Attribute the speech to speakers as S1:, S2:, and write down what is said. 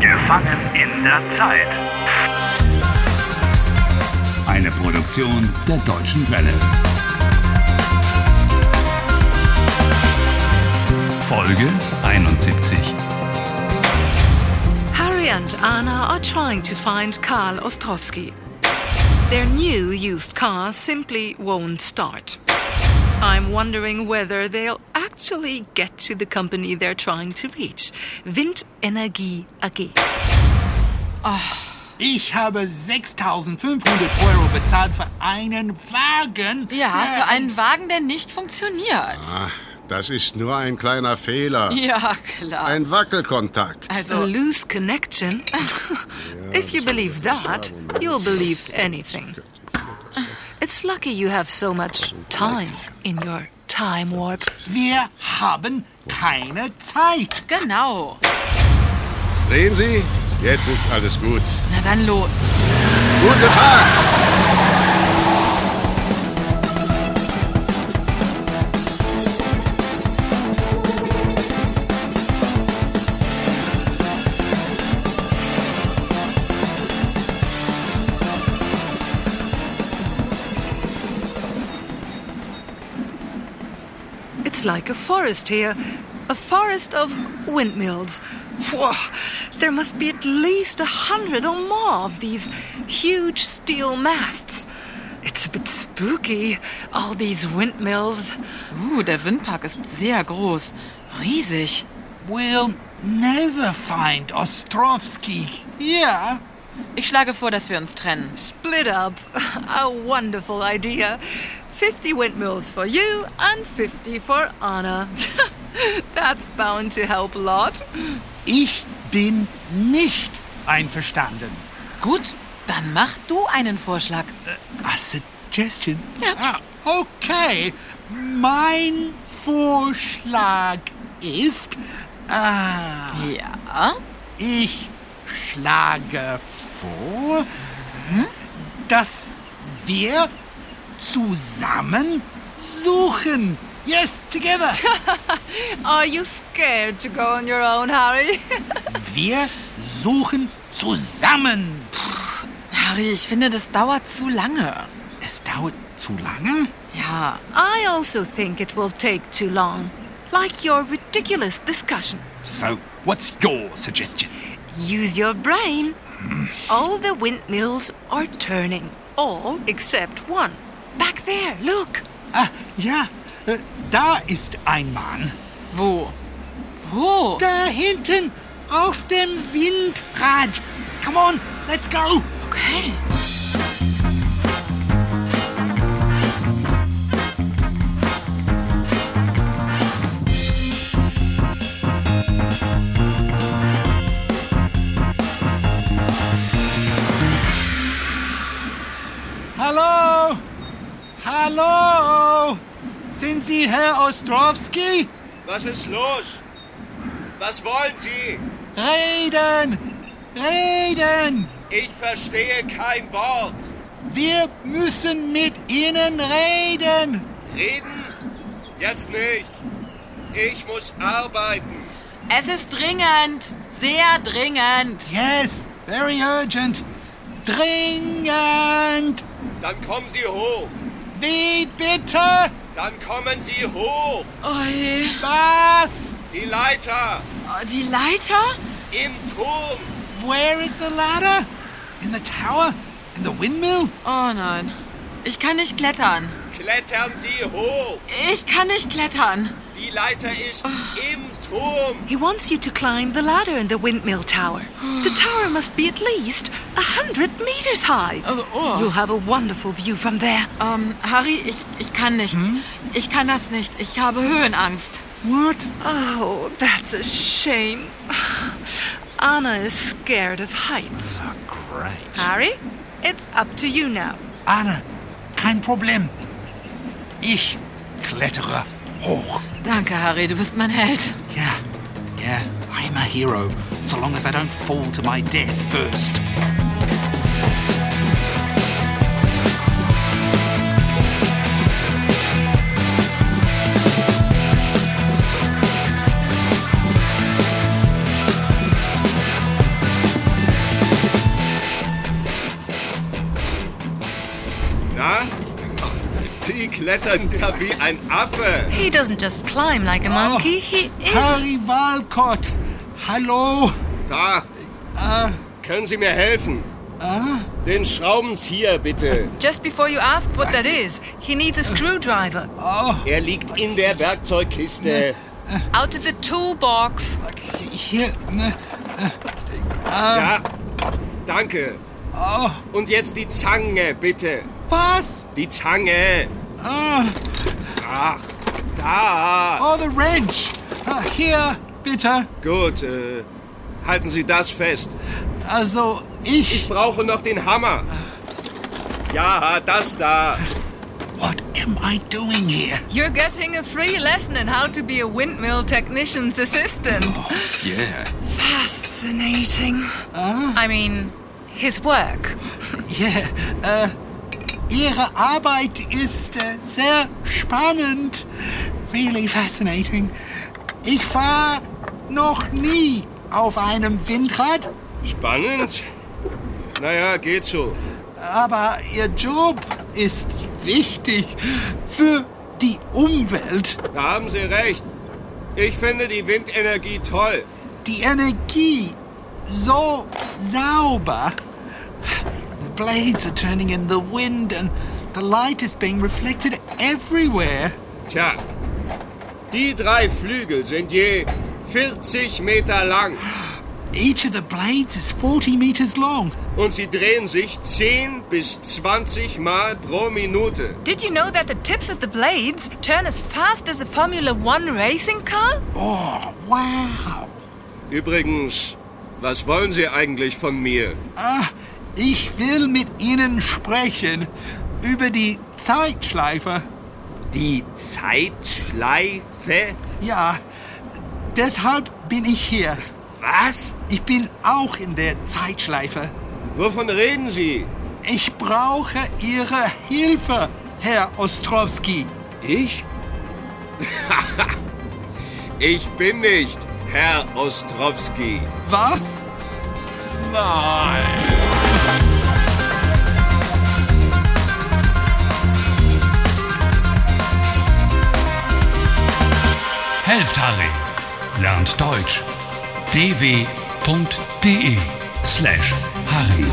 S1: Gefangen in der Zeit.
S2: Eine Produktion der Deutschen Welle. Folge 71.
S3: Harry and Anna are trying to find Karl Ostrovsky. Their new used car simply won't start. I'm wondering whether they'll actually get to the company they're trying to reach, Wind Energie AG.
S4: Ich habe 6500 Euro bezahlt für einen Wagen.
S5: Ja, für einen Wagen, der nicht funktioniert.
S6: Ach, das ist nur ein kleiner Fehler.
S5: Ja, klar.
S6: Ein Wackelkontakt.
S3: A
S5: Also,
S3: loose connection? if you believe that, you'll believe anything. It's lucky you have so much time in your time warp.
S4: Wir haben keine Zeit.
S5: genau.
S6: Sehen Sie? Jetzt ist alles gut.
S5: Na dann los.
S6: Gute Fahrt!
S3: It's like a forest here. A forest of windmills. Whoa, there must be at least a hundred or more of these huge steel masts. It's a bit spooky, all these windmills.
S5: Uh, der Windpark ist sehr groß. Riesig.
S4: We'll never find Ostrovsky here.
S5: Ich schlage vor, dass wir uns trennen.
S3: Split up. A wonderful idea. 50 windmills for you and 50 for Anna. That's bound to help a lot.
S4: Ich bin nicht einverstanden.
S5: Gut, dann mach du einen Vorschlag.
S4: A suggestion? Ah, okay. Mein Vorschlag ist, ah,
S5: Ja.
S4: ich schlage vor, dass wir zusammen suchen. Yes, together.
S3: Are you scared to go on your own, Harry?
S4: Wir suchen zusammen.
S5: Harry, ich finde, das dauert zu lange.
S4: Es dauert zu lange?
S5: Ja.
S3: I also think it will take too long. Like your ridiculous discussion.
S4: So, what's your suggestion?
S3: Use your brain. All the windmills are turning. All except one. Back there, look.
S4: Ah, ja, äh, da ist ein Mann.
S5: Wo? Wo?
S4: Da hinten auf dem Windrad. Come on, let's go.
S5: Okay.
S4: Hallo? Hallo? Sind Sie Herr Ostrowski?
S7: Was ist los? Was wollen Sie?
S4: Reden! Reden!
S7: Ich verstehe kein Wort.
S4: Wir müssen mit Ihnen reden!
S7: Reden? Jetzt nicht. Ich muss arbeiten.
S5: Es ist dringend. Sehr dringend.
S4: Yes, very urgent! Dringend!
S7: Dann kommen Sie hoch.
S4: Wie bitte?
S7: Dann kommen Sie hoch.
S5: Ui.
S4: Was?
S7: Die Leiter
S5: Oh, die Leiter?
S7: im Turm.
S4: Where is the ladder? In the tower? In the windmill?
S5: Oh nein. Ich kann nicht klettern.
S7: Klettern Sie hoch.
S5: Ich kann nicht klettern.
S7: Die Leiter ist im Turm.
S3: He wants you to climb the ladder in the windmill tower. the tower must be at least a hundred meters high.
S5: Also, oh.
S3: You'll have a wonderful view from there.
S5: Ähm, Harry, ich, ich kann nicht. Ich kann das nicht. Ich habe Höhenangst.
S4: What?
S3: Oh, that's a shame. Anna is scared of heights.
S4: Great.
S3: Harry, it's up to you now.
S4: Anne, kein Problem. Ich klettere hoch.
S5: Danke, Harry, du bist mein Held.
S4: Yeah, yeah, I'm a hero, so long as I don't fall to my death first.
S7: klettern da wie ein Affe.
S3: He doesn't just climb like a monkey, he is.
S4: Harry Walcott! Hallo!
S7: Da. Ah, Können Sie mir helfen? Den Schraubenzieher bitte.
S3: Just before you ask what that is, he needs a screwdriver.
S7: Er liegt in der Werkzeugkiste.
S3: Out of the toolbox.
S4: Hier, ne?
S7: Ja, danke. Und jetzt die Zange, bitte.
S4: Was? Ah,
S7: Die Zange. Ach, da.
S4: Oh, the wrench! Ah, hier, bitte!
S7: Gut, äh, halten Sie das fest.
S4: Also, ich.
S7: Ich brauche noch den Hammer. Ja, das da.
S4: What am I doing here?
S3: You're getting a free lesson in how to be a windmill technician's assistant.
S4: Yeah.
S3: Fascinating. I mean, his work.
S4: Yeah. Äh, Ihre Arbeit ist äh, sehr spannend. Really fascinating. Ich war noch nie auf einem Windrad,
S7: Spannend. Naja, geht so.
S4: aber Ihr Job ist wichtig für die Umwelt.
S7: Da haben Sie recht. Ich finde die Windenergie toll.
S4: Die Energie so sauber. The blades are turning in the wind and the light is being reflected everywhere.
S7: Tja, die drei Flügel sind je 40 Meter lang
S4: Each of the blades is 40 meters long.
S7: und sie drehen sich 10 bis 20 Mal pro Minute.
S3: Did you know that the tips of the blades turn as fast as a Formula One racing car?
S4: Oh, wow.
S7: Übrigens, was wollen Sie eigentlich von mir?
S4: Ah, ich will mit Ihnen sprechen über die Zeitschleife.
S7: Die Zeitschleife?
S4: Ja, deshalb bin ich hier.
S7: Was?
S4: Ich bin auch in der Zeitschleife.
S7: Wovon reden Sie?
S4: Ich brauche Ihre Hilfe, Herr Ostrowski.
S7: Ich? ich bin nicht Herr Ostrowski.
S4: Was?
S2: Helft Harry. Lernt Deutsch. dw.de slash Harry.